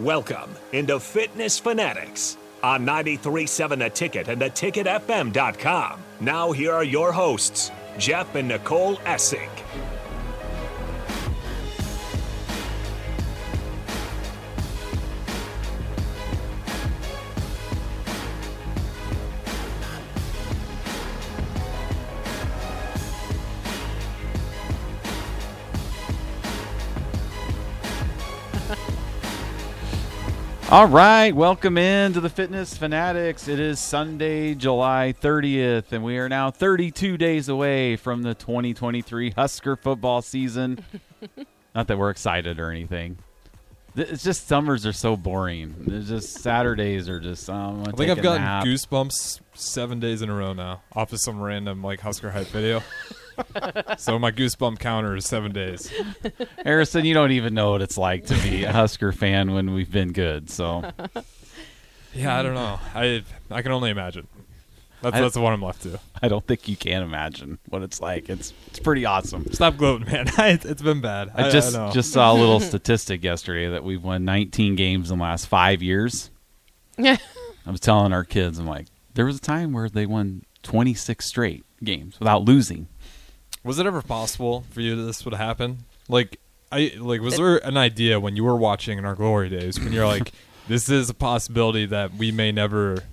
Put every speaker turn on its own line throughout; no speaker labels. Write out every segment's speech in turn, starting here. Welcome into Fitness Fanatics on 937 The Ticket and theticketfm.com. Now here are your hosts, Jeff and Nicole Essig.
All right, welcome in to the Fitness Fanatics. It is Sunday, July 30th, and we are now 32 days away from the 2023 Husker football season. Not that we're excited or anything. Th- It's just summers are so boring. It's just Saturdays are just. Um,
I think I've gotten goosebumps seven days in a row now, off of some random like Husker hype video. so my goosebump counter is seven days.
Harrison, you don't even know what it's like to be a Husker fan when we've been good. So
Yeah, I don't know. I I can only imagine. That's
I-
that's the one I'm left to.
I don't think you can imagine what it's like. It's it's pretty awesome.
Stop gloating, man. it's, it's been bad.
I just
know.
just saw a little statistic yesterday that we've won 19 games in the last five years.
Yeah.
I was telling our kids, I'm like, there was a time where they won 26 straight games without losing.
was it ever possible for you that this would happen? Like I like was there an idea when you were watching in our glory days when you're like, this is a possibility that we may never.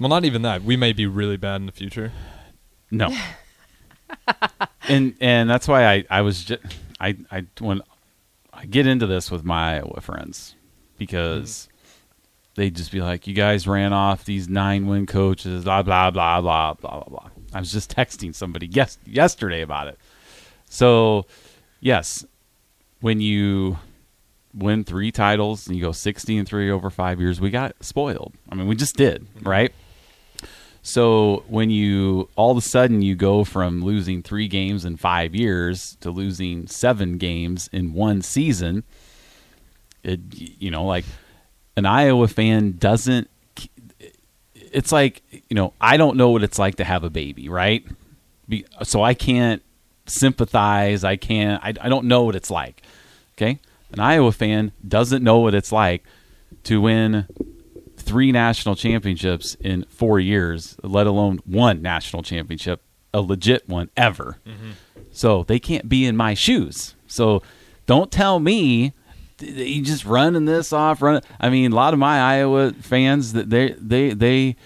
Well, not even that. We may be really bad in the future.
No. and and that's why I I was just I I when I get into this with my Iowa friends because they'd just be like, "You guys ran off these nine win coaches, blah blah blah blah blah blah blah." I was just texting somebody yes yesterday about it. So yes, when you win three titles and you go 60 and 3 over 5 years we got spoiled i mean we just did right so when you all of a sudden you go from losing three games in five years to losing seven games in one season, it you know like an Iowa fan doesn't. It's like you know I don't know what it's like to have a baby, right? Be, so I can't sympathize. I can't. I, I don't know what it's like. Okay, an Iowa fan doesn't know what it's like to win three national championships in four years, let alone one national championship, a legit one ever. So they can't be in my shoes. So don't tell me th- that you just running this off. Run. I mean, a lot of my Iowa fans that they they they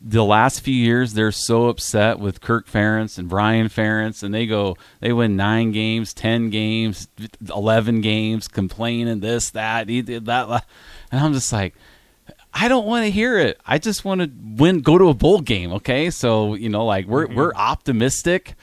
the last few years they're so upset with Kirk Ferentz and Brian Ferentz, and they go they win nine games, ten games, eleven games, complaining this that he did that, that. and I'm just like. I don't want to hear it. I just want to win, go to a bowl game. Okay, so you know, like we're
Mm-hmm.
we're optimistic,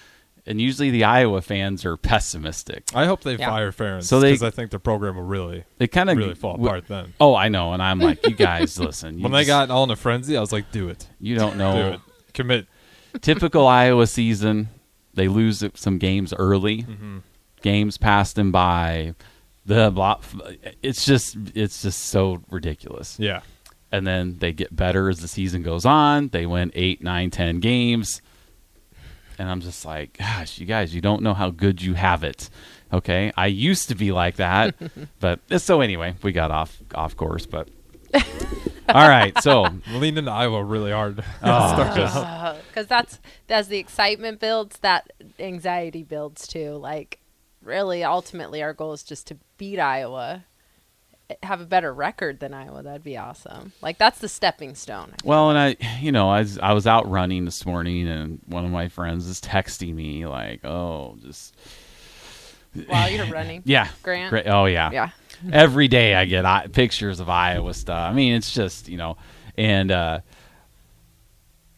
and usually the Iowa fans are pessimistic.
I hope they
Yeah.
fire Ferentz
So they-
because I think the program will really
They kind of
really fall apart then.
Oh, I know, and I'm like, you guys, listen. You
When they
just-
got all in a frenzy, I was like, "Do it,
you don't
do
know.
it, commit."
Typical Iowa season, they lose some games early.
Mm-hmm.
Games pass them by. The blah, it's just it's just so ridiculous.
Yeah,
and then they get better as the season goes on. They win eight, nine, ten games, and I'm just like, gosh, you guys, you don't know how good you have it. Okay, I used to be like that, but eh, so anyway, we got off off course. But all right, so
lean into Iowa really hard.
oh, just-
Because that's as the excitement builds, that anxiety builds too. Like, really, ultimately, our goal is just to beat Iowa, have a better record than Iowa. That'd be awesome. Like, that's the stepping stone.
Well, and I, you know, I was, I was out running this morning, and one of my friends is texting me like, "Oh, just
While you're running,
yeah,
Grant?
Gra- oh yeah,
yeah,
every day I get I- pictures of Iowa stuff. I mean, it's just you know, and uh,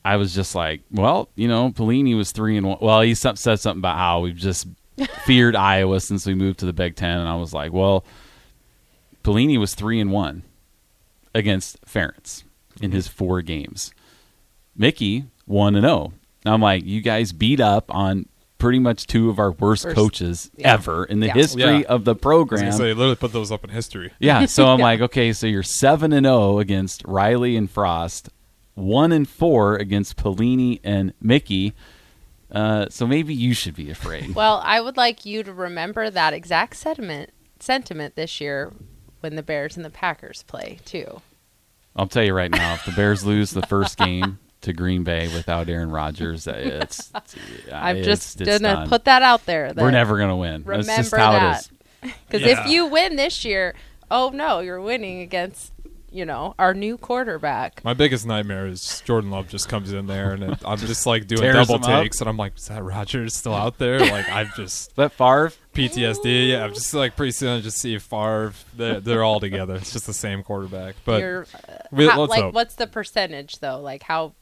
I was just like, well, you know, Pelini was three and one. Well, he some- said something about how we've just feared Iowa since we moved to the Big Ten, and I was like, well, Pelini was three and one against Ferentz in his four games. Mickey one and zero. And I'm like, you guys beat up on pretty much two of our worst,
Worst-
coaches
yeah.
ever in the
Yeah.
history
Yeah.
of the
I was
program.
gonna say, literally put those up in history.
Yeah, so I'm like, okay, so you're seven and zero against Riley and Frost, one and four against Pelini and Mickey. Uh, so maybe you should be afraid.
Well, I would like you to remember that exact sentiment sentiment this year when the Bears and the Packers play too.
I'll tell you right now, if the Bears lose the first game to Green Bay without Aaron Rodgers, uh, it's, it's
I'm
it's-
just
it's
gonna
done.
put that out there. That
We're never gonna win. That's just
remember
how it
that.
is.
because
Yeah.
if you win this year, oh no, you're winning against you know our new quarterback.
My biggest nightmare is Jordan Love just comes in there and it- I'm just like doing
Tears
double
him up.
takes and I'm like, is that Rogers still out there? Like I've just
That Favre,
PTSD. Yeah, I'm just like pretty soon I just see Favre. They're, they're all together. It's just the same quarterback. But
you're,
we,
how-
let's
like,
hope.
what's the percentage though? Like how?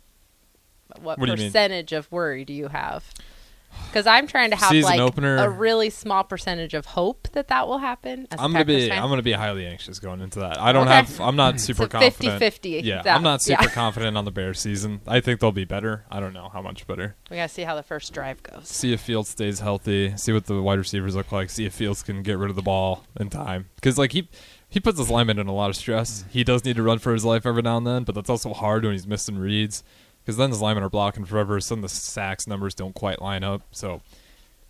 What
What,
do you mean?
percentage of worry do you have? Because I'm trying to have
Season
like
opener.
a really small percentage of hope that that will happen. as a
I'm gonna
Packers
be
fan.
I'm gonna be highly anxious going into that. I don't
Okay.
have I'm not super
So
confident.
50-50
Yeah,
that-
I'm not super
yeah.
confident on the Bears season. I think they'll be better. I don't know how much better.
We gotta see how the first drive goes.
See if Fields stays healthy. See what the wide receivers look like. See if Fields can get rid of the ball in time. Because like he he puts his lineman in a lot of stress. He does need to run for his life every now and then, but that's also hard when he's missing reads. Because then his linemen are blocking forever. Some of the sacks numbers don't quite line up. So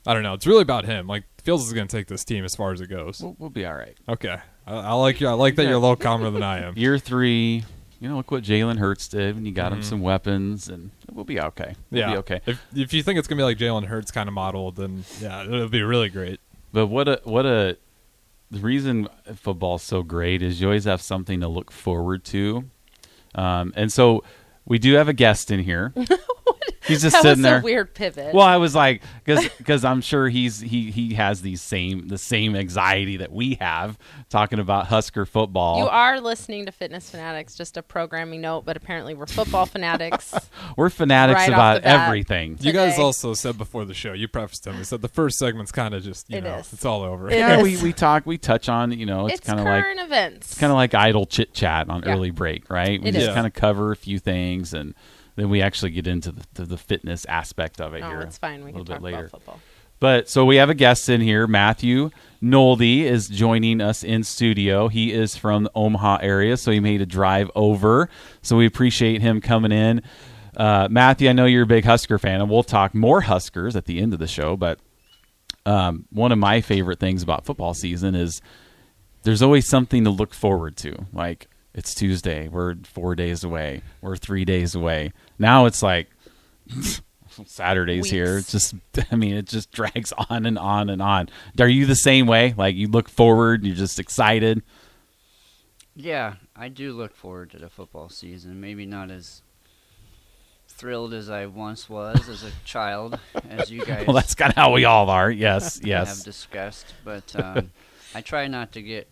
I don't know. It's really about him. Like Fields is going to take this team as far as it goes.
we'll, we'll be all right.
Okay, I, I like you. I like that you're a little calmer than I am.
Year three, you know, look what Jalen Hurts did when you got
Mm-hmm.
him some weapons, and we'll be okay. We'll
yeah.
be okay.
If if you think it's gonna be like Jalen Hurts kind of model, then yeah, it'll be really great.
But what a what a the reason football's so great is you always have something to look forward to, um, and so we do have a guest in here. He's just
that
sitting
was
there.
a weird pivot.
Well, I was like, because I'm sure he's he he has these same the same anxiety that we have talking about Husker football.
you are listening to Fitness Fanatics. Just a programming note, but apparently we're football fanatics.
We're fanatics
Right off
about
the bat.
everything.
You guys
Today.
also said before the show, you prefaced him. You said the first segment's kind of just you
It
know
is.
it's all over.
It-
yeah,
is.
we, we talk, we touch on, you know, it's,
it's
kind of like
current events.
kind of like idle chit chat on
Yeah.
early break, right? We
It
just
is.
kind of cover a few things, and then we actually get into the, to the fitness aspect of it
no,
here.
Oh, it's fine. We
a little bit
can talk
later.
about football.
But so we have a guest in here. Matthew Noldy is joining us in studio. He is from the Omaha area, so he made a drive over. So we appreciate him coming in. Uh, Matthew, I know you're a big Husker fan, and we'll talk more Huskers at the end of the show. But um, one of my favorite things about football season is there's always something to look forward to. Like it's Tuesday, we're four days away, we're three days away. Now it's like Saturday's here.
Weeks.
It's just, I mean, it just drags on and on and on. Are you the same way? Like you look forward, you're just excited.
Yeah, I do look forward to the football season. Maybe not as thrilled as I once was as a child, as you guys
Well, that's kind of how we all are. Yes,
have
yes.
discussed. But um, I try not to get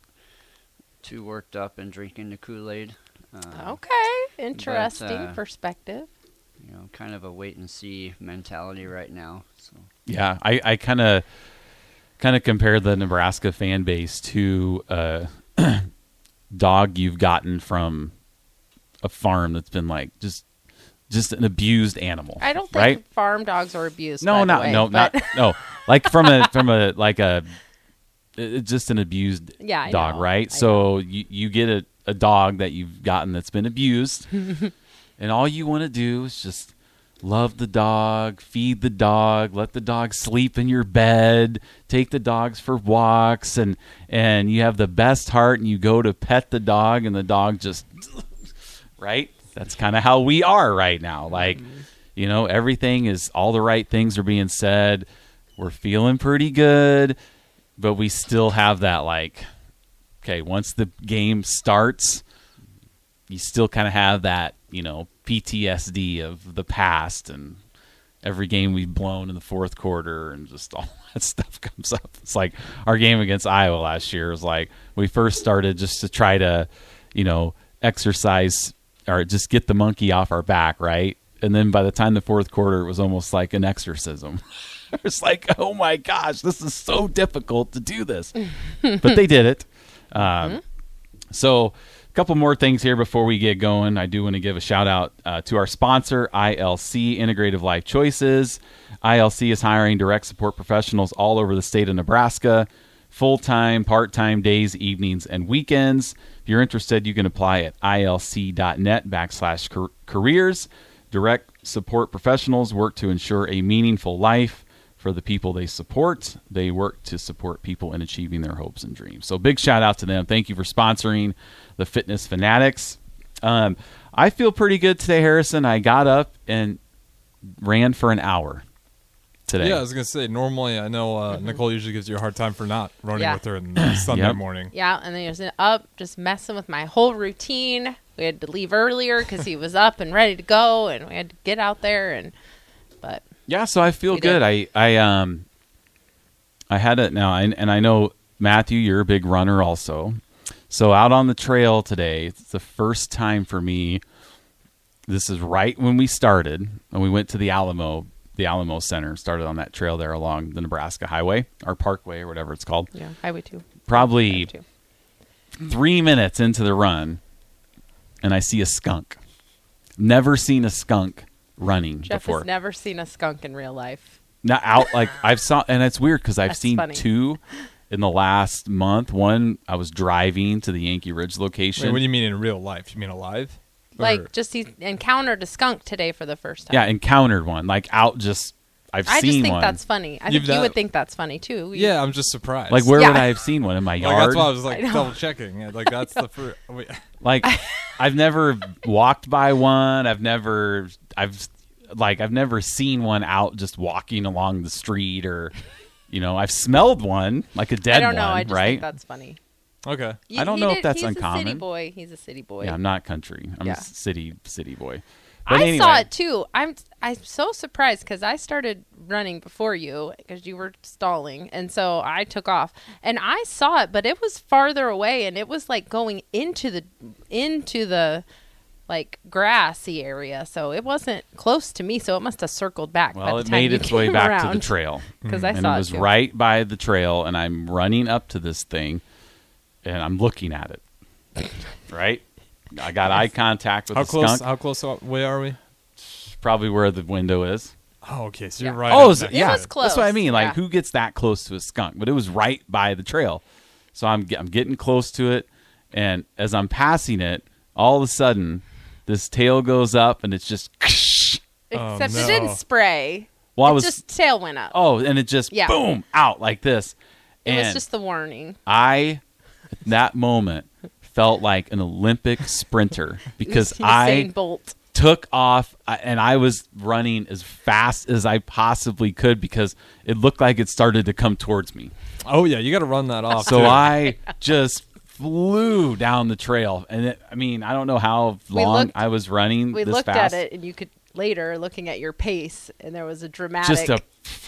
too worked up and drinking the Kool Aid. Uh,
Okay, interesting
uh,
perspective.
You know, kind of a wait and see mentality right now. So
Yeah, I, I kind of kind of compare the Nebraska fan base to a dog you've gotten from a farm that's been like just just an abused animal.
I don't think
right?
farm dogs are abused. by
No,
the
not
way,
no,
but
not no. Like from a from a like a it- it's just an abused
Yeah, I
dog,
know.
right?
I
so you you get a, a dog that you've gotten that's been abused, and all you want to do is just love the dog, feed the dog, let the dog sleep in your bed, take the dogs for walks, and and you have the best heart, and you go to pet the dog, and the dog just right? That's kind of how we are right now. Like,
Mm-hmm.
you know, everything is all the right things are being said. We're feeling pretty good, but we still have that like okay, once the game starts, you still kind of have that, you know, PTSD of the past and every game we've blown in the fourth quarter and just all that stuff comes up. It's like our game against Iowa last year was like we first started just to try to, you know, exercise or just get the monkey off our back, right? And then by the time the fourth quarter, it was almost like an exorcism. it's like, oh my gosh, this is so difficult to do this. but they did it. Um, So, a couple more things here before we get going. I do want to give a shout out uh, to our sponsor, ILC Integrative Life Choices. ILC is hiring direct support professionals all over the state of Nebraska, full time, part time, days, evenings, and weekends. If you're interested, you can apply at ilc.net backslash car- careers. Direct support professionals work to ensure a meaningful life for the people they support. They work to support people in achieving their hopes and dreams. So big shout out to them. Thank you for sponsoring the Fitness Fanatics. Um, I feel pretty good today, Harrison. I got up and ran for an hour today.
Yeah, I was gonna say. Normally, I know uh, Nicole usually gives you a hard time for not running
Mm-hmm. Yeah.
with her in the Sunday
Yep.
morning.
Yeah, and then he was up just messing with my whole routine. We had to leave earlier because he was up and ready to go, and we had to get out there. And but
Yeah, so I feel
You
good.
did.
I I um I had it now, and, and I know Matthew, you're a big runner also. So out on the trail today, it's the first time for me. This is right when we started, and we went to the Alamo, the Alamo Center. Started on that trail there along the Nebraska Highway or Parkway or whatever it's called.
yeah, Highway Two,
Probably
Highway Two. Hmm.
three minutes into the run, and I see a skunk. Never seen a skunk running
Jeff
before.
has never seen a skunk in real life.
not out like I've saw and it's weird because I've
That's
seen
funny.
two in the last month. One I was driving to the Yankee Ridge
Wait,
location.
what do you mean in real life? You mean alive? Or-
Like just he encountered a skunk today for the first time.
yeah, encountered one like out just I've
I
seen
just think
one.
that's funny. I
You've
think you
done-
would think that's funny too. You-
yeah, I'm just surprised.
like where
Yeah.
would I have seen one in my
Like,
yard?
that's why I was like
I know.
double checking. Yeah, Like that's the first. Wait,
like I've never walked by one. I've never I've like I've never seen one out just walking along the street or you know I've smelled one like a dead
I don't
one
know. I just
right
think that's funny.
okay.
I don't know if that's
he's A
uncommon.
city boy. He's a city boy.
yeah I'm not country I'm
Yeah.
a city city boy
I
But anyway.
saw it too. I'm I'm so surprised because I started running before you because you were stalling, and so I took off and I saw it, but it was farther away and it was like going into the into the like grassy area, so it wasn't close to me. So it must have circled back. by
Well,
the
it
time
made
you
its way
came
back to the
around.
trail
'Cause I
and
saw
it
it
was
too.
right by the trail, and I'm running up to this thing, and I'm looking at it. right, I got eye contact with
How
the
close?
skunk,
How close away are we?
probably where the window is.
Oh, okay. So you're
Yeah.
right.
oh,
up
is-
next
yeah,
to
was
it.
close.
that's what I mean. Like,
Yeah.
who gets that close to a skunk? But it was right by the trail, so I'm ge- I'm getting close to it, and as I'm passing it, all of a sudden, this tail goes up, and it's just.
Except
no.
it didn't spray.
Well, I
it
was
just tail went up.
oh, and it just
Yeah.
boom out like this.
it was
And-
just the warning.
I, at that moment, felt like an Olympic sprinter because I
Usain Bolt.
took off I- and I was running as fast as I possibly could because it looked like it started to come towards me.
Oh yeah, you got to run that off.
So
too.
I just flew down the trail. And it, I mean, I don't know how
We
long
looked-
I was running
We
this
looked
fast.
at it, and you could later looking at your pace, and there was a dramatic.
Just a,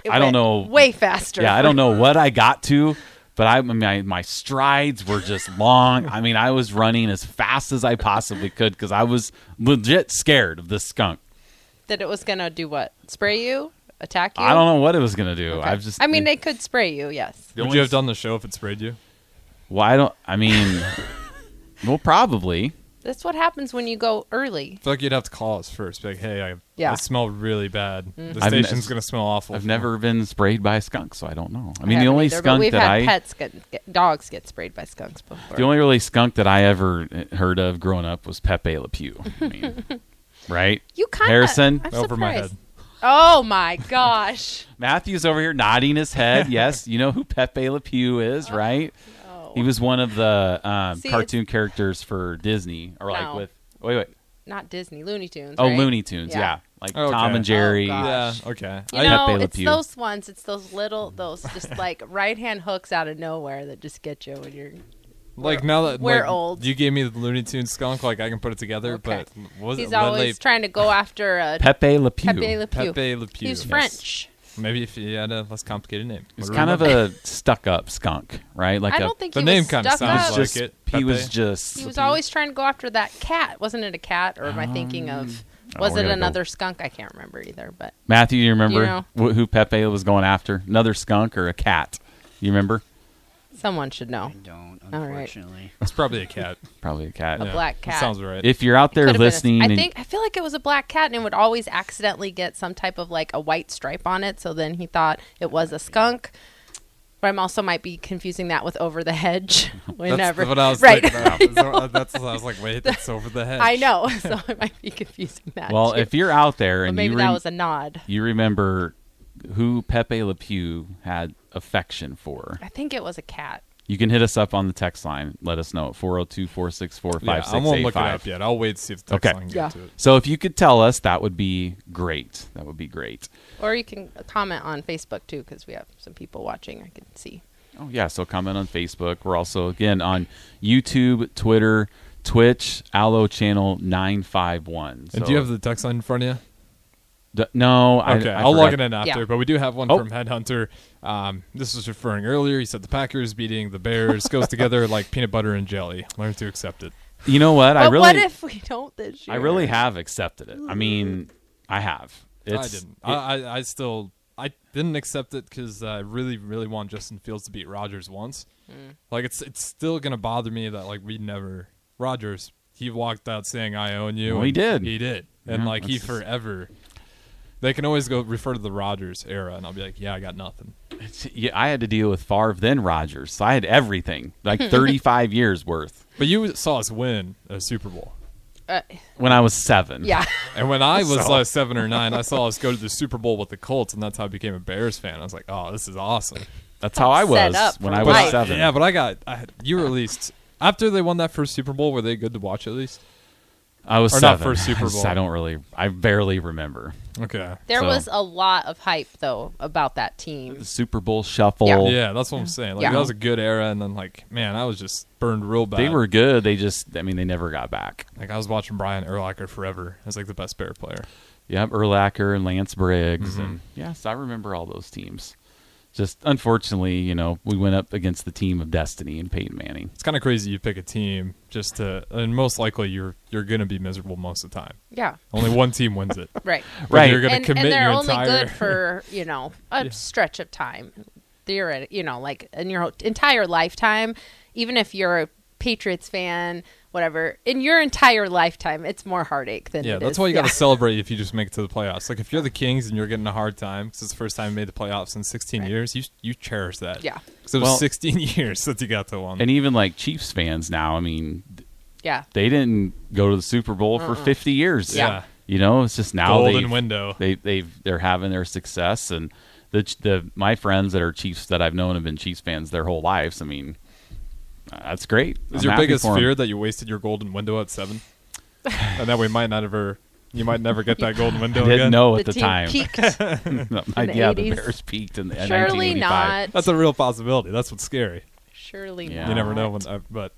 It
I don't
went
know.
Way faster.
Yeah, I don't know what I got to, but I my my strides were just long. I mean, I was running as fast as I possibly could because I was legit scared of this skunk.
That it was gonna do what? Spray you? Attack you?
I don't know what it was gonna do.
Okay.
I've just
I mean, they could spray you. Yes.
the
Would
only-
you have done the show if it sprayed you?
why don't I mean? well, probably.
That's what happens when you go early.
I feel like you'd have to call us first. Be like, hey, I,
Yeah. Mm.
I smell really bad. The
I've ne-
station's gonna smell awful.
I've never been sprayed by a skunk, so I don't know. I mean, the
haven't
only
either, but
skunk
we've
that
had
I
pets get, get dogs get sprayed by skunks before.
the only really skunk that I ever eh, heard of growing up was Pepe Le Pew. I mean, right?
you kind
Harrison?
I'm
Over my
surprised.
head.
Oh my gosh.
Matthew's over here nodding his head. yes, you know who Pepe Le Pew
Uh-huh.
is, right?
Oh,
He was one of the um,
See,
cartoon characters for Disney, or like
No.
with wait, wait,
not Disney, Looney Tunes.
oh
right?
Looney Tunes, yeah,
Yeah.
like
Okay.
Tom and Jerry.
Oh, God.
Yeah. Okay.
You
I-
know,
Pepe Le
it's
Pew.
those ones. It's those little, those just like right hand hooks out of nowhere that just get you when you're.
like now that
we're
like,
old.
You gave me the Looney Tunes skunk. Like I can put it together.
Okay.
But what was
He's
it
always
Lele-
trying to go after a
Pepe Le Pew.
Pepe Le Pew.
Pepe Le Pew.
He's
Yes.
French.
Maybe if he had a less complicated name.
He's
Would
kind of
remember.
a stuck-up skunk, right? Like
I
a-
don't think
the
he
name
was
kinda
stuck
sounds
up.
like
just,
it,
he was
Pepe.
just
He was always trying to go after that cat. Wasn't it a cat, or am I thinking
Mm.
of?
Oh,
Was
we're
it
gonna go-
another skunk? I can't remember either. But
Matthew. You remember
You know.
wh- who Pepe was going after? Another skunk or a cat? You remember?
someone should know.
I don't,
All right.
unfortunately.
It's probably a cat.
Probably a cat.
A
Yeah.
black
That
cat.
sounds right.
If you're out there
Could have been a-
listening,
I
and-
think I feel like it was a black cat, and it would always accidentally get some type of like a white stripe on it. So then he thought it was a skunk. But I'm also might be confusing that with over the hedge. Whenever,
That's what I was
right?
thinking about. So, uh, That's what I was like. Wait, that's over the head.
I know, so I might be confusing that.
well,
too.
if you're out there
But
and
maybe
you
that
rem-
was a nod.
you remember who Pepe Le Pew had affection for.
I think it was a cat.
You can hit us up on the text line. Let us know at 402 464
yeah, I won't look it up
5685.
yet. I'll wait to see if the text
Okay.
line
Yeah.
gets to it.
So if you could tell us, that would be great. That would be great.
Or you can comment on Facebook too, because we have some people watching. I can see.
Oh yeah, so comment on Facebook. We're also again on YouTube, Twitter, Twitch, Allo Channel nine five one.
And do you have the text line in front of you?
D- no, I,
Okay,
I
I, will log it
forgot.
in after,
Yeah.
but we do have one
Oh.
from Headhunter. Um, this was referring earlier. He said the Packers beating the Bears goes together like peanut butter and jelly. Learn to accept it.
You know what? I
but
really,
what if we don't this year?
I really have accepted it. I mean, I have. It's,
I didn't. Uh,
it-
I, I, I still I didn't accept it because I really really want Justin Fields to beat Rodgers once. Like it's it's still gonna bother me that like we never Rodgers he walked out saying I own you.
Well, he
and
did.
He did. And
Yeah,
like he
that's-
forever. They can always go refer to the Rodgers era, and I'll be like, yeah, I got nothing.
it's- yeah, I had to deal with Favre then Rogers. So I had everything, like thirty five years worth
But you saw us win a Super Bowl.
Uh,
when I was seven.
yeah.
And when I was like seven or nine, I saw us go to the Super Bowl with the Colts, and that's how I became a Bears fan. I was like, "Oh, this is awesome!"
that's how I
Set
was
up
when
for
I was
life.
seven.
Yeah, but I got I, had- you were at least after they won that first Super Bowl. Were they good to watch at least?
I was
Or not
seven.
first Super
I just-
Bowl.
I don't really. I barely remember.
Okay.
There
So-
was a lot of hype though about that team.
Super Bowl Shuffle.
Yeah, that's what I'm saying. Like
Yeah.
that was a good era, and then like man, I was just burned real bad.
They were good. They just, I mean, they never got back.
like I was watching Brian Urlacher forever as like the best Bear player.
Yep, Erlacher and Lance Briggs,
Mm-hmm.
and yes, I remember all those teams. Just unfortunately, you know, we went up against the team of destiny and Peyton Manning.
It's kind of crazy you pick a team just to, and most likely you're you're gonna be miserable most of the time.
Yeah.
Only one team wins it.
Right.
But
Right.
You're gonna
and,
commit
and they're
your
only
entire.
good for you know a stretch of time theoretic you know like in your whole- entire lifetime even if you're a patriots fan whatever in your entire lifetime it's more heartache than
Yeah,
it
that's
is-
why you got
yeah.
to celebrate if you just make it to the playoffs. Like if you're the Kings and you're getting a hard time because it's the first time you made the playoffs in 16 years, you you cherish that.
Yeah.
because it was
Well-
16 years since you got to one.
And even like Chiefs fans now, I mean, th-
yeah
they didn't go to the Super Bowl for 50 years.
Yeah.
You know, it's just now
golden
they've-
window.
they they've they're having their success and the Ch- the my friends that are Chiefs that I've known have been Chiefs fans their whole lives. I mean, uh, that's great. I'm
Is your
happy
biggest
for 'em.
fear that you wasted your golden window at seven, and that we might not ever, you might never get that golden window
I didn't
again?
know at the,
team
time.
peaked.
No, I-
the
yeah, the
80s.
Bears peaked in the in
surely
1985.
not
That's a real possibility. That's what's scary.
surely
Yeah.
not
You never know when. I, but,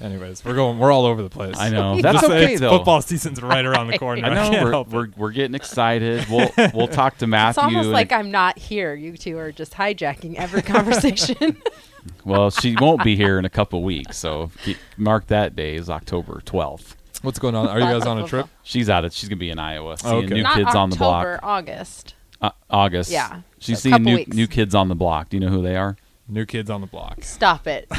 anyways, we're going. We're all over the place.
I know.
I'm
That's
just saying
okay,
it's-
though.
Football season's right around the corner.
I know
can't
we're,
help it.
we're we're getting excited. We'll we'll talk to
it's
Matthew.
almost
and-
like I'm not here. You two are just hijacking every conversation.
well, she won't be here in a couple weeks, so keep- mark that day is October twelfth.
What's going on? Are you guys on a trip?
She's out. Of, she's gonna be in Iowa seeing
okay.
new
Not
kids
October,
on the block.
August.
Uh, August.
Yeah.
She's
A
seeing
couple
new
weeks.
new kids on the block. Do you know who they are?
New kids on the block.
Stop it.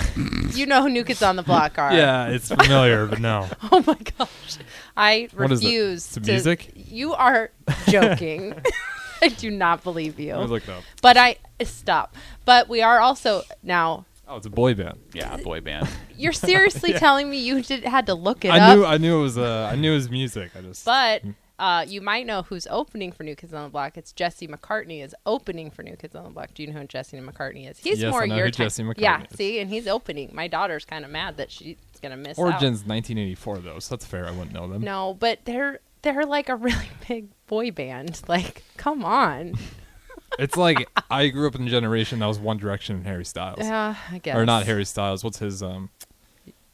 you know who New Kids on the Block are.
Yeah, it's familiar, but no.
Oh my gosh. I
What is it?
refuse
It's the
to
music?
You are joking. I do not believe you.
Let me look it up.
but I stop. But we are also now
Oh, it's a boy band.
Yeah, boy band.
you're seriously telling me you did had to look it
I
up.
knew I Mm. knew it was uh I knew it was music. I just
but uh, you might know who's opening for New Kids on the Block. It's Jesse McCartney is opening for New Kids on the Block. Do you know who Jesse McCartney is? He's
Yes, I
more
know
your
who
type.
Jesse McCartney
yeah,
is.
see, and he's opening. My daughter's kind of mad that she's gonna miss out.
Origin's 1984 though, so that's fair. I wouldn't know them.
No, but they're they're like a really big boy band. Like, come on.
It's like I grew up in a generation that was One Direction and Harry Styles,
Yeah, Uh, I guess.
or not Harry Styles. What's his um?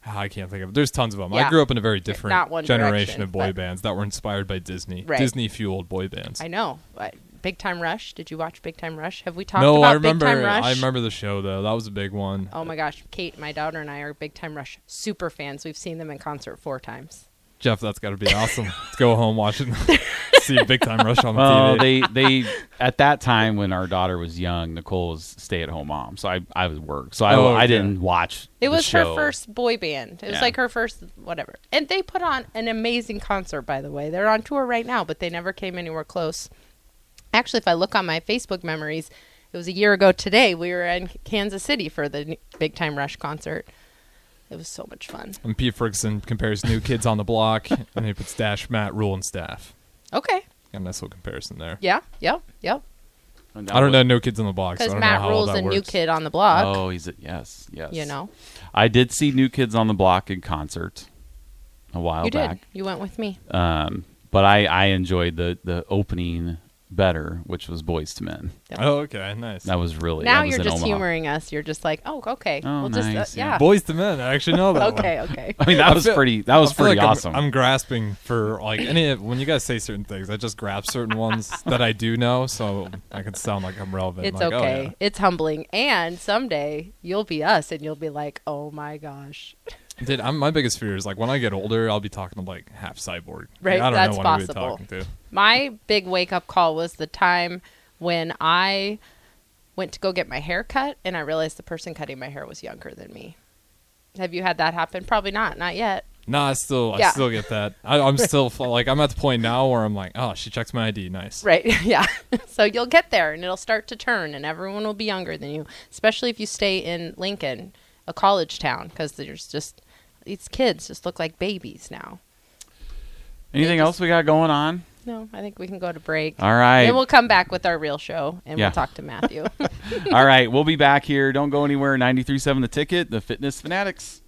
ah, I can't think of it. There's tons of them. I
Yeah.
grew up in a very different
not One
generation
Direction,
of boy
but-
bands that were inspired by Disney,
Right.
Disney fueled boy bands.
I know. but Big Time Rush. Did you watch Big Time Rush? Have we talked
no,
about
I remember.
Big Time Rush?
I remember the show though. That was a big one.
Oh my gosh, Kate, my daughter, and I are Big Time Rush super fans. We've seen them in concert four times.
Jeff, that's got to be awesome. Let's go home watching, see Big Time Rush on the
Well,
TV.
they they at that time when our daughter was young, Nicole was stay at home mom, so I I was work, so I
Oh,
I
okay.
didn't watch.
It
the
was
show.
her first boy band. It was
Yeah.
like her first whatever. And they put on an amazing concert, by the way. They're on tour right now, but they never came anywhere close. Actually, if I look on my Facebook memories, it was a year ago today. We were in Kansas City for the n- Big Time Rush concert. It was so much fun.
And Pete Ferguson compares new kids on the block, and he puts Dash, Matt, Rule, and Staff.
Okay.
Got a nice little comparison there.
Yeah. Yep. Yep.
And that
I don't know.
was-
No kids on the block. so I
Because
don't
Matt
know how all
rules
that
a
works.
new kid on the block.
Oh, he's a, yes, yes.
You know,
I did see New Kids on the Block in concert a while
you did.
back.
You went with me.
Um, but I, I enjoyed the, the opening better, which was Boys to Men.
Oh, okay, nice.
That was really
now
that was
you're
in
just
Omaha.
humoring us. You're just like, oh, okay.
Oh,
we'll
nice,
just, uh,
yeah.
yeah.
Boys to men. I actually know that. one.
okay, okay.
I mean, that was
feel-
pretty. That was
I feel
pretty
like I'm-
awesome.
I'm, grasping for like any of- when you guys say certain things, I just grab certain ones that I do know, so I can sound like I'm relevant.
It's
like, oh,
okay.
yeah.
It's humbling. And someday you'll be us and you'll be like, oh my gosh.
Dude, I'm, my biggest fear is like when I get older, I'll be talking to like half cyborg.
Right,
Like, I don't
that's
know what
possible.
I'll be talking to.
My big wake up call was the time when I went to go get my hair cut and I realized the person cutting my hair was younger than me. Have you had that happen? Probably not. Not yet.
No, I still, I
Yeah.
still get that. I, I'm still fl- like I'm at the point now where I'm like, oh, she checks my ID, nice.
Right. yeah. so you'll get there and it'll start to turn and everyone will be younger than you, especially if you stay in Lincoln, a college town, because there's just these kids just look like babies now.
Anything else we got going on?
No, I think we can go to break.
All right.
Then we'll come back with our real show and
Yeah.
we'll talk to Matthew.
All right. We'll be back here. Don't go anywhere. 93.7 The Ticket, The Fitness Fanatics.